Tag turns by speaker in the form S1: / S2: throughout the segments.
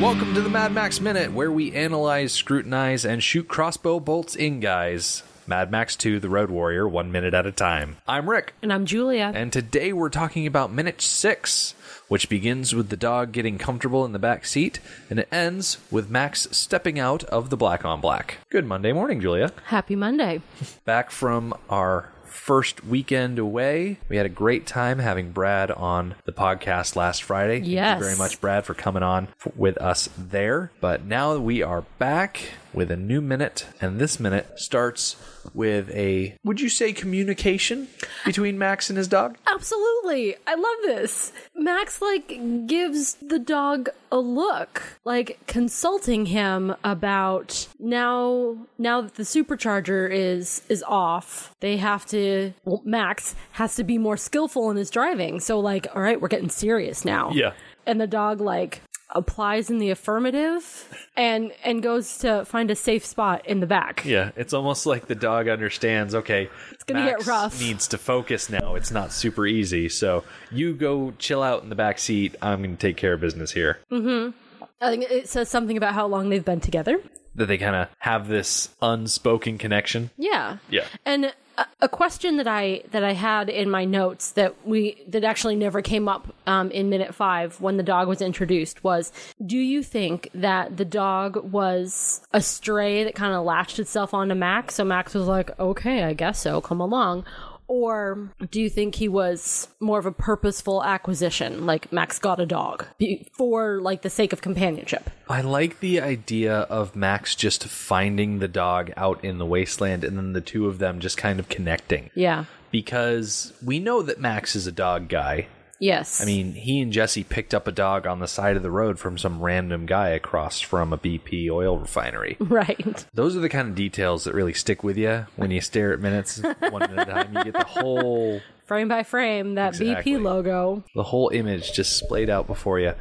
S1: Welcome to the Mad Max Minute, where we analyze, scrutinize, and shoot crossbow bolts in guys. Mad Max 2, The Road Warrior, one minute at a time. I'm Rick,
S2: And I'm Julia.
S1: and today we're talking about minute six, which begins with the dog getting comfortable in the back seat, and it ends with Max stepping out of the black on black. Good Monday morning, Julia.
S2: Happy Monday.
S1: Back from our first weekend away. We had a great time having Brad on the podcast last Friday. Thank
S2: Yes.
S1: you very much, Brad, for coming on f- with us there. But now we are back with a new minute, and this minute starts with a would you say communication between Max and his dog?
S2: Absolutely. I love this. Max, like, gives the dog a look, like, consulting him about now, now that the supercharger is, is off, they have to, well, Max has to be more skillful in his driving. So, like, all right, we're getting serious now. and the dog like applies in the affirmative and and goes to find a safe spot in the back
S1: Yeah, it's almost like the dog understands. Okay, it's
S2: gonna get rough.
S1: Needs to focus now. It's not super easy. So you go chill out in the back seat. I'm going to take care of business here.
S2: i think it says something about how long they've been together
S1: that they kind of have this unspoken connection.
S2: yeah
S1: Yeah.
S2: and a, a question that i that i had in my notes that we that actually never came up um, in minute five when the dog was introduced was do you think that the dog was a stray that kind of latched itself onto max so max was like okay i guess so come along or do you think he was more of a purposeful acquisition like max got a dog be- for like the sake of companionship
S1: I like the idea of Max just finding the dog out in the wasteland and then the two of them just kind of connecting.
S2: yeah
S1: Because we know that Max is a dog guy.
S2: yes
S1: I mean, he and Jesse picked up a dog on the side of the road from some random guy across from a BP oil refinery.
S2: right
S1: Those are the kind of details that really stick with you when you stare at minutes one minute at a time. You get the whole
S2: frame by frame that
S1: Exactly.
S2: bp logo
S1: the whole image just splayed out before you.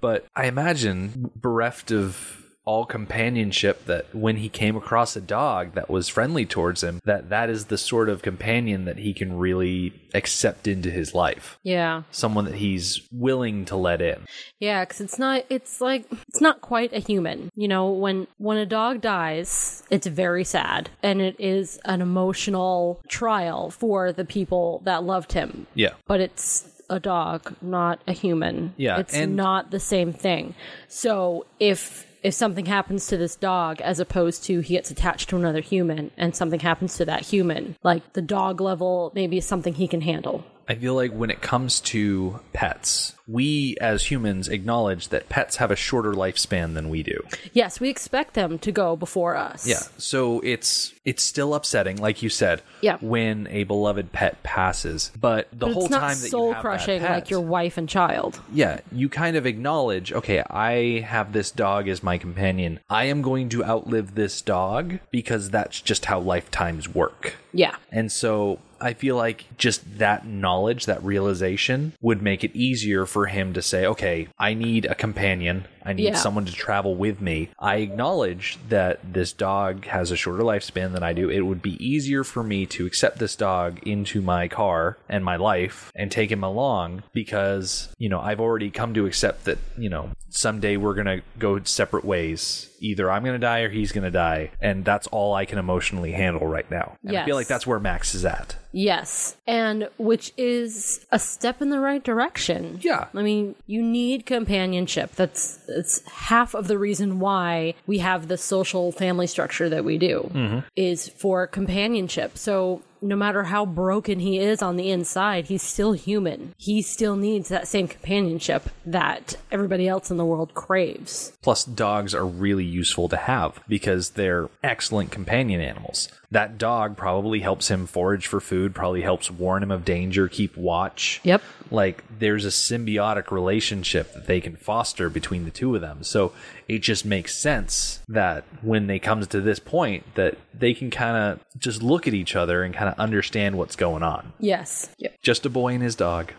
S1: But I imagine bereft of all companionship that when he came across a dog that was friendly towards him that that is the sort of companion that he can really accept into his life
S2: yeah
S1: someone that he's willing to let in
S2: Yeah, because it's not, it's like, it's not quite a human. You know, when, when a dog dies, it's very sad. And it is an emotional trial for the people that loved him.
S1: yeah
S2: But it's a dog, not a human.
S1: Yeah,
S2: It's
S1: and-
S2: not the same thing. So if, if something happens to this dog as opposed to he gets attached to another human and something happens to that human, like the dog level maybe is something he can handle.
S1: I feel like when it comes to pets, we as humans acknowledge that pets have a shorter lifespan than we do.
S2: Yes, we expect them to go before us.
S1: Yeah. So it's it's still upsetting, like you said.
S2: Yeah.
S1: When a beloved pet passes, but the
S2: But
S1: whole
S2: it's not
S1: time that
S2: soul
S1: you have
S2: crushing
S1: that pet,
S2: like your wife and child.
S1: yeah, you kind of acknowledge, okay, I have this dog as my companion. I am going to outlive this dog because that's just how lifetimes work.
S2: Yeah.
S1: And so I feel like just that knowledge, that realization would make it easier for him to say, okay, I need a companion. I need
S2: Yeah.
S1: someone to travel with me. I acknowledge that this dog has a shorter lifespan than I do. It would be easier for me to accept this dog into my car and my life and take him along because, you know, I've already come to accept that, you know, someday we're going to go separate ways. Either I'm going to die or he's going to die. And that's all I can emotionally handle right now. And I feel
S2: Yes.
S1: like that's where Max is at.
S2: Yes. And which is a step in the right direction.
S1: Yeah.
S2: I mean, you need companionship. That's that's half of the reason why we have the social family structure that we do
S1: Mm-hmm.
S2: is for companionship. So no matter how broken he is on the inside, he's still human. He still needs that same companionship that everybody else in the world craves.
S1: Plus, dogs are really useful to have because they're excellent companion animals. That dog probably helps him forage for food, probably helps warn him of danger, keep watch.
S2: Yep.
S1: Like, there's a symbiotic relationship that they can foster between the two of them. So it just makes sense that when they comes to this point that they can kind of just look at each other and kind of understand what's going on.
S2: Yes. Yep.
S1: Just a boy and his dog,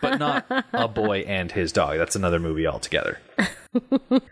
S1: but not a boy and his dog. That's another movie altogether.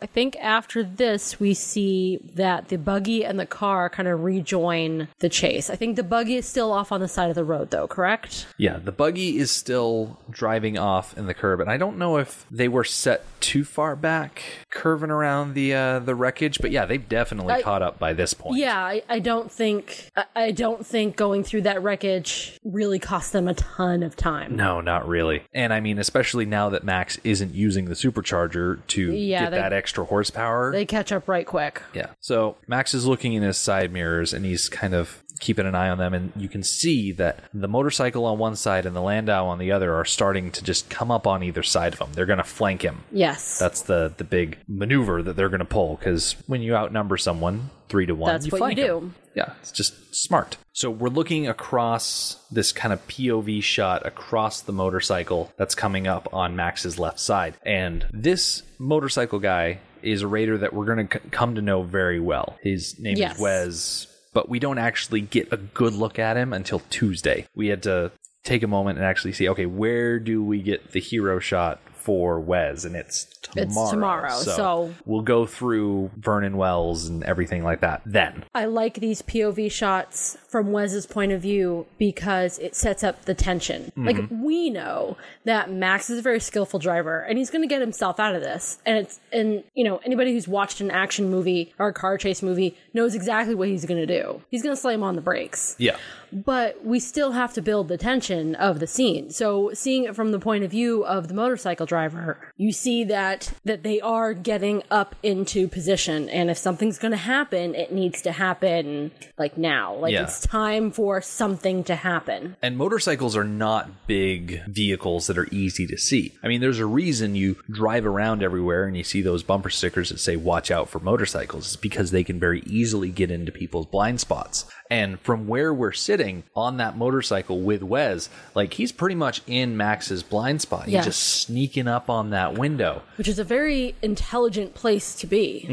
S2: I think after this, we see that the buggy and the car kind of rejoin the chase. I think the buggy is still off on the side of the road, though, correct?
S1: Yeah, the buggy is still driving off in the curb, and I don't know if they were set too far back, curving around the uh, the wreckage. But yeah, they've definitely
S2: I-
S1: caught up by this point.
S2: Yeah, I, I don't think I, I don't think going through that wreckage really cost them a ton of time.
S1: No, not really. And I mean, especially now that Max isn't using the supercharger to
S2: Yeah,
S1: get
S2: they-
S1: that extra horsepower.
S2: They catch up right quick.
S1: yeah. So Max is looking in his side mirrors and he's kind of keeping an eye on them. And you can see that the motorcycle on one side and the Landau on the other are starting to just come up on either side of him. They're going to flank him.
S2: Yes.
S1: That's the, the big maneuver that they're going to pull because when you outnumber someone three to one,
S2: That's
S1: you
S2: what you
S1: flank 'em.
S2: do.
S1: Yeah, it's just smart. So we're looking across this kind of POV shot across the motorcycle that's coming up on Max's left side. And this motorcycle guy is a raider that we're going to c- come to know very well. His name
S2: Yes.
S1: is Wes, but we don't actually get a good look at him until Tuesday. We had to take a moment and actually see okay, where do we get the hero shot? For Wes, and it's tomorrow.
S2: It's tomorrow, so-
S1: we'll go through Vernon Wells and everything like that then.
S2: I like these POV shots from Wes's point of view because it sets up the tension. Like we know that Max is a very skillful driver and he's going to get himself out of this. And it's and you know anybody who's watched an action movie or a car chase movie knows exactly what he's going to do. He's going to slam on the brakes.
S1: Yeah.
S2: But we still have to build the tension of the scene. So seeing it from the point of view of the motorcycle driver, you see that that they are getting up into position and if something's going to happen, it needs to happen like now. Like
S1: Yeah.
S2: it's time for something to happen.
S1: And motorcycles are not big vehicles that are easy to see. I mean, there's a reason you drive around everywhere and you see those bumper stickers that say, watch out for motorcycles. It's because they can very easily get into people's blind spots. And from where we're sitting on that motorcycle with Wes, like he's pretty much in Max's blind spot. He's
S2: Yes.
S1: just sneaking up on that window.
S2: Which is a very intelligent place to be.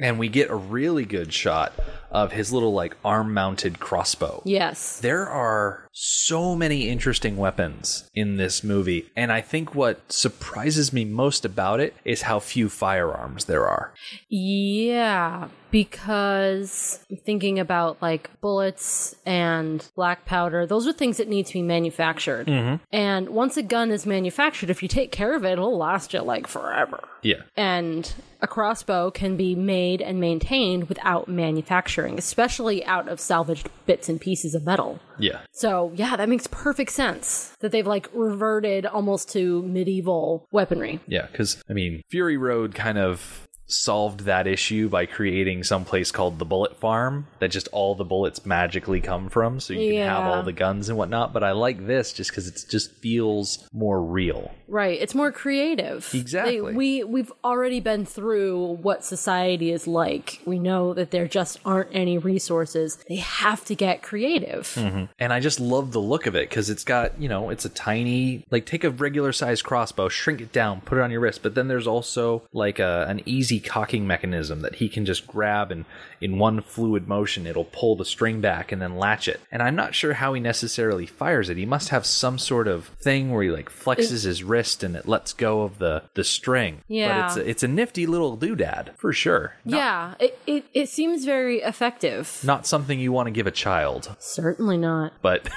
S1: And we get a really good shot of his little like arm mounted crossbow.
S2: Yes.
S1: There are so many interesting weapons in this movie, and I think what surprises me most about it is how few firearms there are.
S2: Yeah, because I'm thinking about like bullets and black powder, those are things that need to be manufactured. And once a gun is manufactured, if you take care of it, it'll last you like forever.
S1: Yeah.
S2: And a crossbow can be made and maintained without manufacturing, especially out of salvaged bits and pieces of metal.
S1: Yeah.
S2: So, yeah, that makes perfect sense that they've like reverted almost to medieval weaponry.
S1: Yeah, because, I mean, Fury Road kind of solved that issue by creating someplace called the Bullet Farm that just all the bullets magically come from, so you can have
S2: Yeah.
S1: all the guns and whatnot. But I like this just because it just feels more real.
S2: Right. It's more creative.
S1: Exactly.
S2: They- we we've already been through what society is like. We know that there just aren't any resources. They have to get creative.
S1: And I just love the look of it because it's got, you know, it's a tiny, like, take a regular size crossbow, shrink it down, put it on your wrist. But then there's also, like, a, an easy cocking mechanism that he can just grab and in one fluid motion, it'll pull the string back and then latch it. And I'm not sure how he necessarily fires it. He must have some sort of thing where he, like, flexes his wrist and it lets go of the, the string.
S2: Yeah.
S1: But it's a, it's a nifty little doodad for sure. Not,
S2: Yeah. It, it it seems very effective.
S1: not something you want to give a child.
S2: Certainly not.
S1: but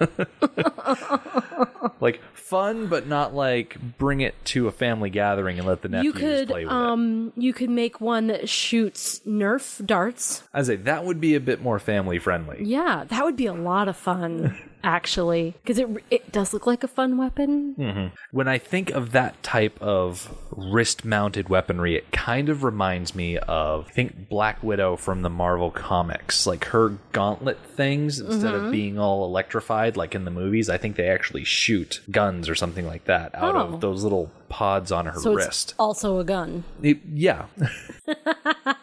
S1: like fun, but not like bring it to a family gathering and let the
S2: You
S1: nephews
S2: could
S1: play with it.
S2: um you could make one that shoots nerf darts.
S1: I say that would be a bit more family friendly.
S2: Yeah, that would be a lot of fun actually because it it does look like a fun weapon.
S1: When I think of that type of wrist mounted weaponry, it kind of reminds me of I think Black Widow from the Marvel comics, like her gauntlet things instead
S2: Mm-hmm.
S1: of being all electrified like in the movies. I think they actually shoot guns or something like that out
S2: Oh.
S1: of those little pods on her
S2: So it's
S1: wrist.
S2: also a gun.
S1: It- yeah.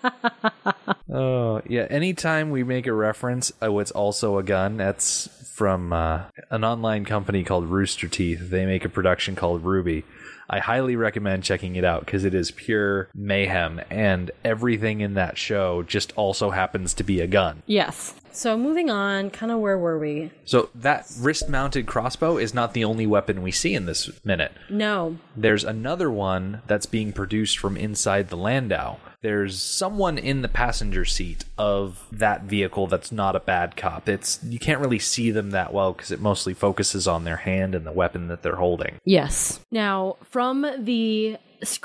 S1: Oh yeah. Anytime we make a reference, oh, it's also a gun. That's from uh, an online company called Rooster Teeth. They make a production called Ruby. I highly recommend checking it out because it is pure mayhem, and everything in that show just also happens to be a gun.
S2: Yes. So moving on, kind of where were we?
S1: So that wrist-mounted crossbow is not the only weapon we see in this minute.
S2: No.
S1: There's another one that's being produced from inside the Landau. There's someone in the passenger seat of that vehicle that's not a bad cop. It's you can't really see them that well because it mostly focuses on their hand and the weapon that they're holding.
S2: Yes. Now, from the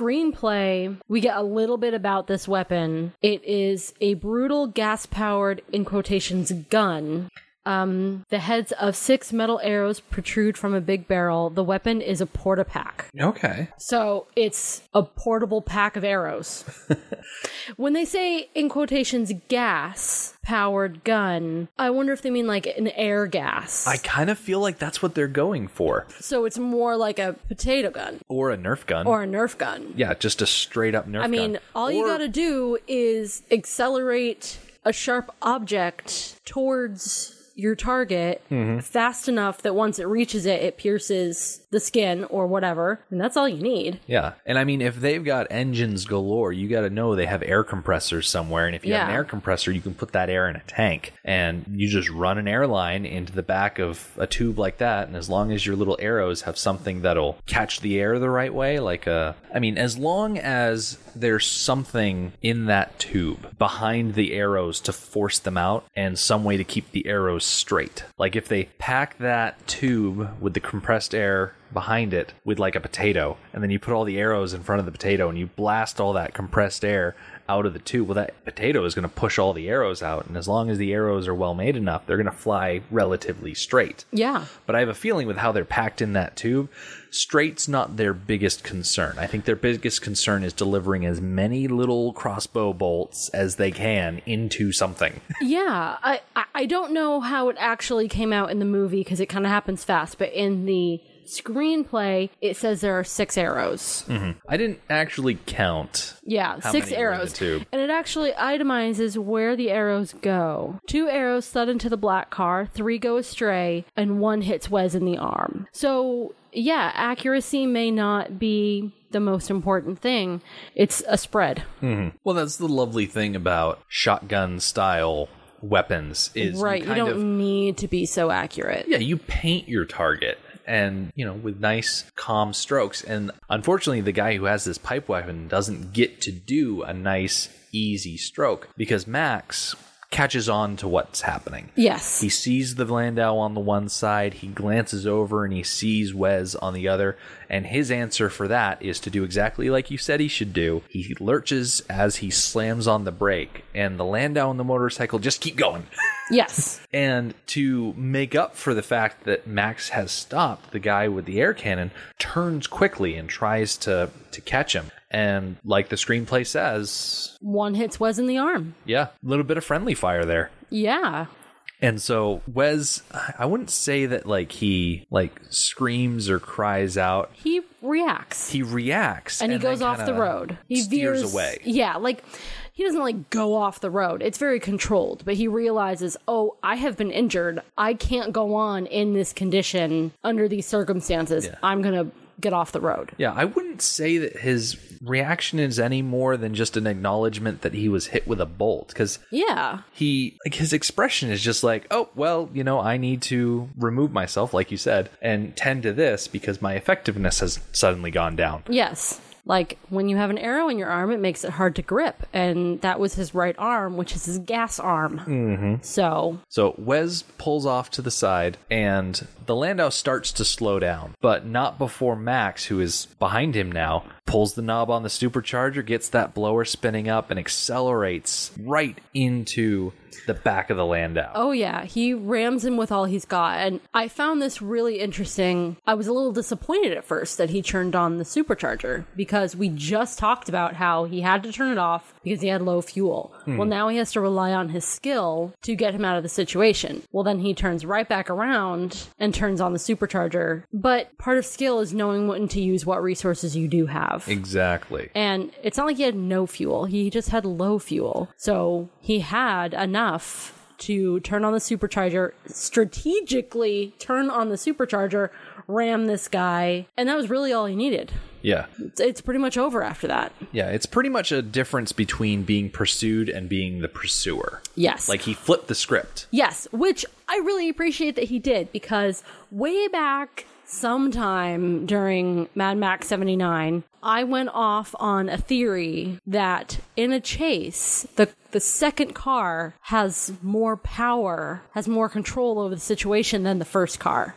S2: screenplay, we get a little bit about this weapon. It is a brutal gas powered, in quotations, gun. Um, the heads of six metal arrows protrude from a big barrel. The weapon is a porta pack.
S1: Okay.
S2: So it's a portable pack of arrows. when they say, in quotations, gas powered gun, I wonder if they mean like an air gas.
S1: I kind of feel like that's what they're going for,
S2: so it's more like a potato gun
S1: or a Nerf gun,
S2: or a Nerf gun.
S1: yeah, just a straight up Nerf
S2: I
S1: gun.
S2: mean, all you
S1: Or-
S2: got to do is accelerate a sharp object towards your target fast enough that once it reaches it, it pierces the skin or whatever. And that's all you need.
S1: Yeah. And I mean, if they've got engines galore, you got to know they have air compressors somewhere. And if you have an
S2: Yeah.
S1: air compressor, you can put that air in a tank and you just run an airline into the back of a tube like that. And as long as your little arrows have something that'll catch the air the right way, like a, I mean, as long as there's something in that tube behind the arrows to force them out and some way to keep the arrows straight. Like if they pack that tube with the compressed air behind it with like a potato, and then you put all the arrows in front of the potato and you blast all that compressed air out of the tube. Well, that potato is going to push all the arrows out, and as long as the arrows are well made enough, they're going to fly relatively straight.
S2: Yeah.
S1: But I have a feeling with how they're packed in that tube, straight's not their biggest concern. I think their biggest concern is delivering as many little crossbow bolts as they can into something.
S2: Yeah, I I- I don't know how it actually came out in the movie because it kind of happens fast, but in the screenplay it says there are six arrows.
S1: I didn't actually count.
S2: Yeah, six
S1: many were in the
S2: arrows.
S1: tube?
S2: And it actually itemizes where the arrows go. Two arrows slid into the black car, three go astray, and one hits Wes in the arm. So, yeah, accuracy may not be the most important thing. It's a spread.
S1: Well, that's the lovely thing about shotgun style weapons is you
S2: right, you,
S1: kind
S2: don't
S1: of
S2: need to be so accurate.
S1: yeah, you paint your target and, you know, with nice calm strokes. And unfortunately, the guy who has this pipe weapon doesn't get to do a nice easy stroke because Max catches on to what's happening.
S2: Yes.
S1: He sees the Landau on the one side, he glances over and he sees Wes on the other, and his answer for that is to do exactly like you said he should do. He lurches as he slams on the brake, and the Landau and the motorcycle just keep going.
S2: yes.
S1: And to make up for the fact that Max has stopped, the guy with the air cannon turns quickly and tries to to catch him. And like the screenplay says,
S2: One hits Wes in the arm.
S1: yeah, a little bit of friendly fire there.
S2: Yeah.
S1: And so Wes, I wouldn't say that like he like screams or cries out.
S2: He reacts.
S1: He reacts
S2: and he
S1: then
S2: goes off the
S1: kinda
S2: road. He
S1: steers
S2: veers
S1: away.
S2: Yeah, like he doesn't like go off the road. It's very controlled, but he realizes, "Oh, I have been injured. I can't go on in this condition under these circumstances. I'm going to get off the road."
S1: Yeah, I wouldn't say that his reaction is any more than just an acknowledgement that he was hit with a bolt because
S2: Yeah.
S1: he like his expression is just like oh well you know i need to remove myself like you said and tend to this because my effectiveness has suddenly gone down
S2: Yes. Like when you have an arrow in your arm, it makes it hard to grip, and that was his right arm, which is his gas arm. Mm-hmm. So,
S1: so wes pulls off to the side and the landau starts to slow down but not before max who is behind him now pulls the knob on the supercharger gets that blower spinning up and accelerates right into the back of the landau
S2: Oh, yeah. He rams him with all he's got. And I found this really interesting. I was a little disappointed at first that he turned on the supercharger because we just talked about how he had to turn it off because he had low fuel. Well, now he has to rely on his skill to get him out of the situation. Well, then he turns right back around and turns on the supercharger. But part of skill is knowing when to use what resources you do have.
S1: Exactly.
S2: And it's not like he had no fuel. He just had low fuel. So he had enough to turn on the supercharger, strategically turn on the supercharger, ram this guy, and that was really all he needed.
S1: Yeah.
S2: It's, it's pretty much over after that.
S1: Yeah. It's pretty much a difference between being pursued and being the pursuer.
S2: Yes.
S1: Like he flipped the script.
S2: Yes, which I really appreciate that he did because way back sometime during Mad Max 79, I went off on a theory that in a chase, the the second car has more power, has more control over the situation than the first car.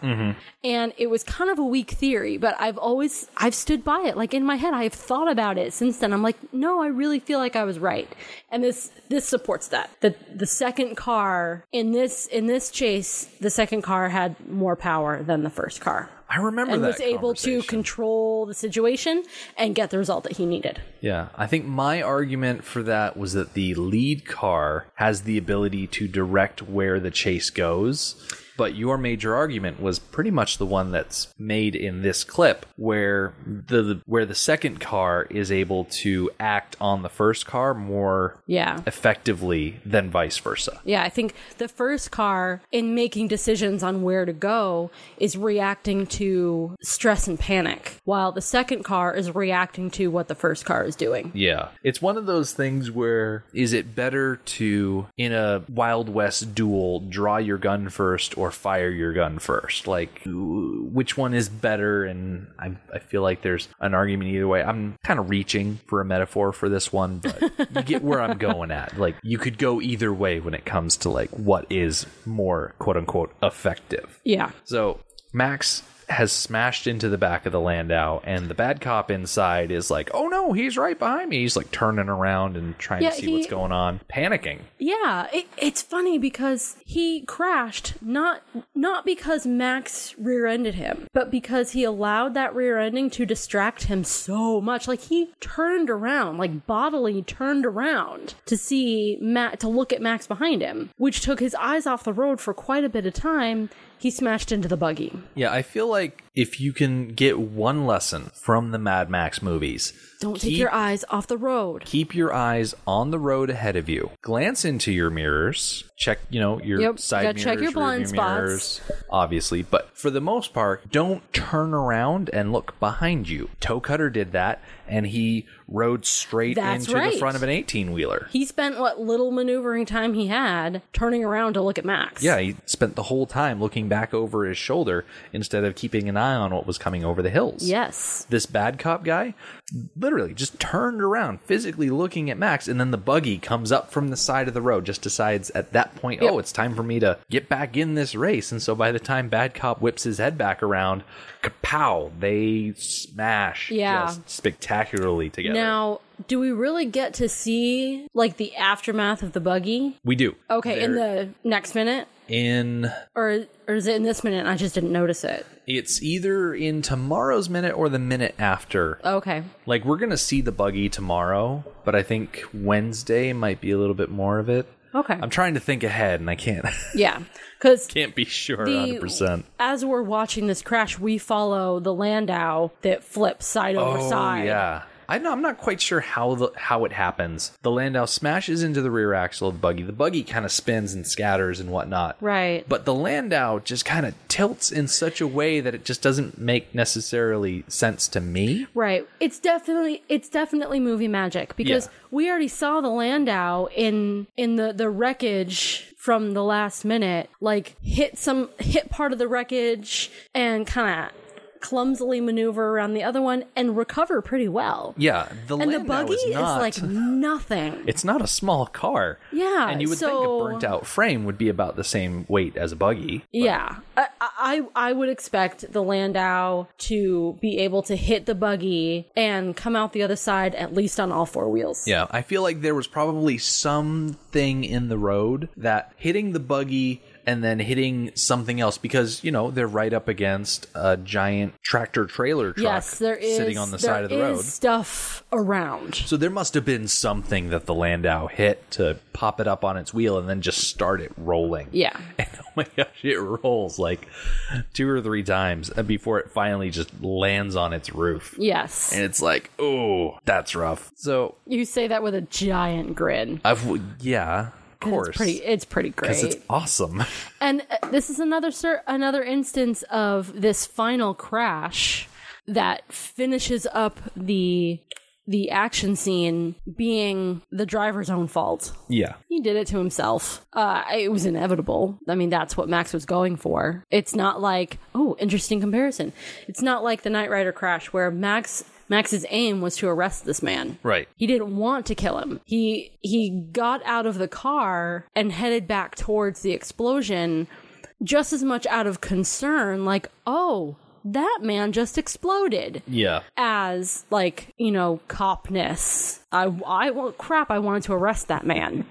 S2: And it was kind of a weak theory, but I've always I've stood by it. Like in my head, I've thought about it since then. I'm like, no, I really feel like I was right. And this this supports that. That the second car in this in this chase, the second car had more power than the first car.
S1: I remember
S2: And
S1: that.
S2: was able to
S1: control.
S2: control the situation and get the result that he needed.
S1: Yeah, I think my argument for that was that the lead car has the ability to direct where the chase goes. But your major argument was pretty much the one that's made in this clip, where the, the where the second car is able to act on the first car more
S2: Yeah.
S1: effectively than vice versa.
S2: Yeah, I think the first car in making decisions on where to go is reacting to stress and panic, while the second car is reacting to what the first car is doing.
S1: Yeah. It's one of those things where is it better to in a Wild West duel draw your gun first or fire your gun first? Like w- which one is better and I I feel like there's an argument either way. I'm kind of reaching for a metaphor for this one, but you get where I'm going at. Like you could go either way when it comes to like what is more quote unquote effective.
S2: Yeah.
S1: So Max has smashed into the back of the Landau, and the bad cop inside is like, "Oh no, he's right behind me." He's like turning around and trying
S2: Yeah,
S1: to see
S2: he-
S1: what's going on, panicking.
S2: Yeah, it, it's funny because he crashed not not because Max rear-ended him, but because he allowed that rear-ending to distract him so much. Like he turned around, like bodily turned around to see Matt to look at Max behind him, which took his eyes off the road for quite a bit of time. He smashed into the buggy.
S1: Yeah, I feel like if you can get one lesson from the Mad Max movies,
S2: Don't take
S1: keep-
S2: your eyes off the road.
S1: Keep your eyes on the road ahead of you. Glance into your mirrors. Check, you know, your
S2: Yep,
S1: side
S2: gotta
S1: mirrors,
S2: check your
S1: rearview
S2: blind spots.
S1: mirrors, obviously. But for the most part, don't turn around and look behind you. Toe Cutter did that, and he rode straight
S2: That's
S1: into
S2: right.
S1: the front of an eighteen wheeler.
S2: He spent what little maneuvering time he had turning around to look at Max.
S1: Yeah, he spent the whole time looking back over his shoulder instead of keeping an eye on what was coming over the hills.
S2: Yes.
S1: this bad cop guy literally just turned around physically looking at max and then the buggy comes up from the side of the road just decides at that point oh it's time for me to get back in this race and so by the time bad cop whips his head back around kapow they smash
S2: Yeah.
S1: just spectacularly together
S2: Now, do we really get to see like the aftermath of the buggy?
S1: we do
S2: Okay, in
S1: They're
S2: the next minute,
S1: in
S2: or or is it in this minute? and I just didn't notice it.
S1: it's either in tomorrow's minute or the minute after
S2: Okay,
S1: Like we're gonna see the buggy tomorrow, but I think Wednesday might be a little bit more of it.
S2: Okay.
S1: I'm trying to think ahead, and I can't
S2: yeah, because
S1: can't be sure
S2: The-
S1: 100. percent
S2: as we're watching this crash, we follow the Landau that flips side over
S1: Oh,
S2: side.
S1: yeah. I know I'm not quite sure how the how it happens. The Landau smashes into the rear axle of the buggy. The buggy kind of spins and scatters and whatnot.
S2: Right.
S1: But the Landau just kind of tilts in such a way that it just doesn't make necessarily sense to me.
S2: Right. It's definitely it's definitely movie magic because
S1: Yeah.
S2: we already saw the Landau in in the the wreckage from the last minute like hit some hit part of the wreckage and kind of clumsily maneuver around the other one and recover pretty well.
S1: Yeah, the
S2: And the
S1: Landau
S2: buggy
S1: is,
S2: is,
S1: not,
S2: like nothing.
S1: it's not a small car.
S2: Yeah,
S1: And you would think
S2: so-
S1: a burnt out frame would be about the same weight as a buggy.
S2: Yeah, I, I I would expect the Landau to be able to hit the buggy and come out the other side at least on all four wheels.
S1: Yeah. I feel like there was probably something in the road that hitting the buggy and then hitting something else because you know they're right up against a giant tractor trailer truck
S2: yes, there is
S1: sitting on the
S2: there
S1: side of the
S2: is
S1: road.
S2: stuff around.
S1: So there must have been something that the Landau hit to pop it up on its wheel and then just start it rolling.
S2: Yeah.
S1: And oh my gosh, it rolls like two or three times before it finally just lands on its roof.
S2: Yes.
S1: And it's like, oh, that's rough. So
S2: you say that with a giant grin.
S1: I've yeah, of course,
S2: It's pretty it's pretty great.
S1: because it's awesome.
S2: And uh, this is another cer- another instance of this final crash that finishes up the the action scene being the driver's own fault.
S1: yeah,
S2: He did it to himself. Uh, it was inevitable. I mean, that's what Max was going for. It's not like oh, interesting comparison. It's not like the Knight Rider crash where Max Max's aim was to arrest this man.
S1: right.
S2: He didn't want to kill him. He he got out of the car and headed back towards the explosion just as much out of concern like, "Oh, that man just exploded."
S1: Yeah,
S2: As like, you know, copness. I I well, crap, I wanted to arrest that man.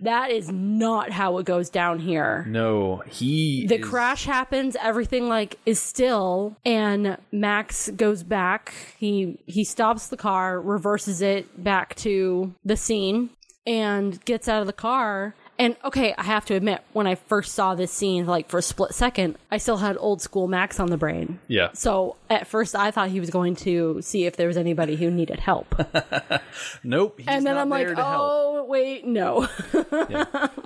S2: that is not how it goes down here
S1: no, he
S2: the
S1: is-
S2: crash happens everything like is still and max goes back he he stops the car reverses it back to the scene and gets out of the car and okay i have to admit when i first saw this scene like for a split second i still had old school max on the brain
S1: Yeah,
S2: so at first i thought he was going to see if there was anybody who needed help
S1: nope. He's
S2: and then
S1: not
S2: i'm
S1: there
S2: like
S1: to help.
S2: oh wait no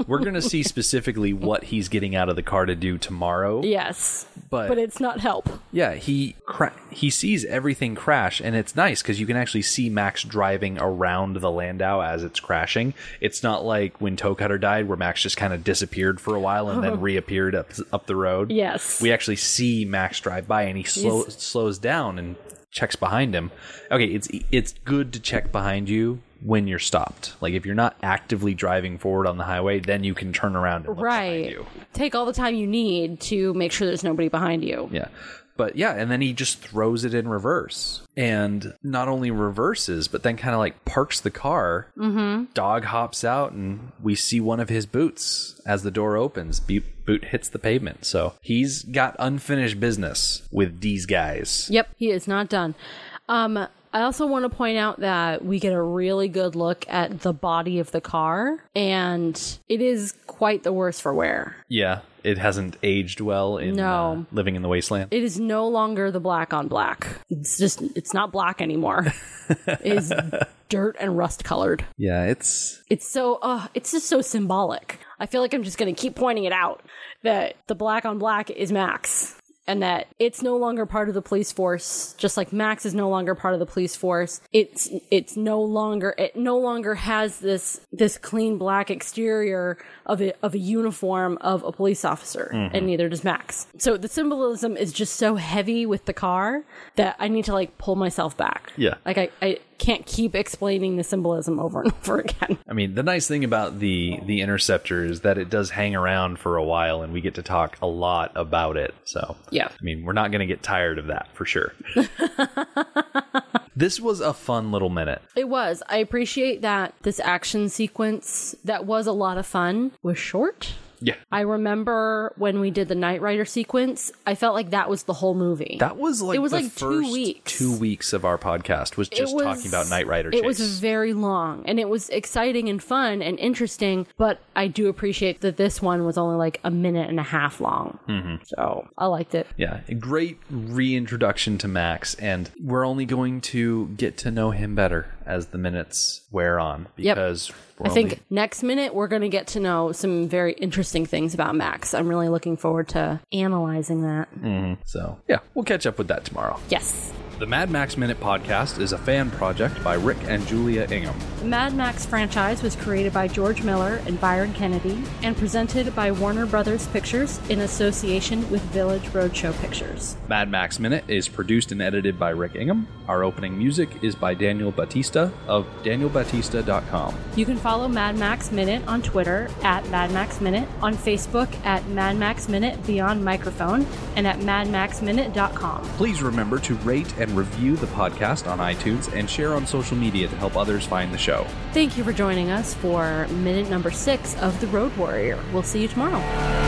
S1: We're gonna see specifically what he's getting out of the car to do tomorrow.
S2: yes
S1: but,
S2: but it's not help
S1: yeah, he cra- he sees everything crash, and it's nice because you can actually see Max driving around the Landau as it's crashing. It's not like when Toe Cutter died, where Max just kind of disappeared for a while and then reappeared up up the road.
S2: yes
S1: we actually see Max drive by, and he slow- slows down and checks behind him. Okay, it's it's good to check behind you when you're stopped. Like if you're not actively driving forward on the highway, then you can turn around and look behind
S2: right
S1: you.
S2: take all the time you need to make sure there's nobody behind you
S1: Yeah. But yeah, and then he just throws it in reverse and not only reverses, but then kind of like parks the car. Mm-hmm. Dog hops out, and we see one of his boots as the door opens. Be- boot hits the pavement. So he's got unfinished business with these guys.
S2: yep he is not done um i also want to point out that we get a really good look at the body of the car and it is quite the worse for wear
S1: Yeah, it hasn't aged well in
S2: No.
S1: uh, living in the wasteland.
S2: it is no longer the black on black it's just it's not black anymore it is dirt and rust colored
S1: yeah, it's
S2: it's so uh it's just so symbolic i feel like i'm just gonna keep pointing it out that the black on black is max and that it's no longer part of the police force just like max is no longer part of the police force it's it's no longer it no longer has this this clean black exterior of a, of a uniform of a police officer and neither does max so the symbolism is just so heavy with the car that i need to like pull myself back
S1: Yeah.
S2: like i, I can't keep explaining the symbolism over and over again
S1: I mean, the nice thing about the the interceptor is that it does hang around for a while and we get to talk a lot about it. So,
S2: Yeah.
S1: I mean, we're not going to get tired of that for sure. this was a fun little minute.
S2: It was. I appreciate that this action sequence that was a lot of fun was short.
S1: Yeah.
S2: I remember when we did the Knight Rider sequence, I felt like that was the whole movie.
S1: That was like
S2: It was
S1: the
S2: like two
S1: first
S2: weeks.
S1: two weeks of our podcast was just talking about Knight Rider
S2: It
S1: chase.
S2: was very long and it was exciting and fun and interesting, but I do appreciate that this one was only like a minute and a half long. Mm-hmm. So I liked it.
S1: Yeah, a great reintroduction to Max, and we're only going to get to know him better as the minutes wear on because we're
S2: I think
S1: only-
S2: next minute we're going to get to know some very interesting things about Max. I'm really looking forward to analyzing that.
S1: Mm. so. Yeah, we'll catch up with that tomorrow.
S2: Yes.
S1: The Mad Max Minute podcast is a fan project by Rick and Julia Ingham.
S2: The Mad Max franchise was created by George Miller and Byron Kennedy and presented by Warner Brothers Pictures in association with Village Roadshow Pictures.
S1: Mad Max Minute is produced and edited by Rick Ingham. Our opening music is by Daniel Batista of danielbatista.com.
S2: You can follow Mad Max Minute on Twitter at Mad Max Minute, on Facebook at Mad Max Minute Beyond Microphone, and at madmaxminute.com.
S1: Please remember to rate and review the podcast on iTunes and share on social media to help others find the show.
S2: Thank you for joining us for minute number six of The Road Warrior. We'll see you tomorrow.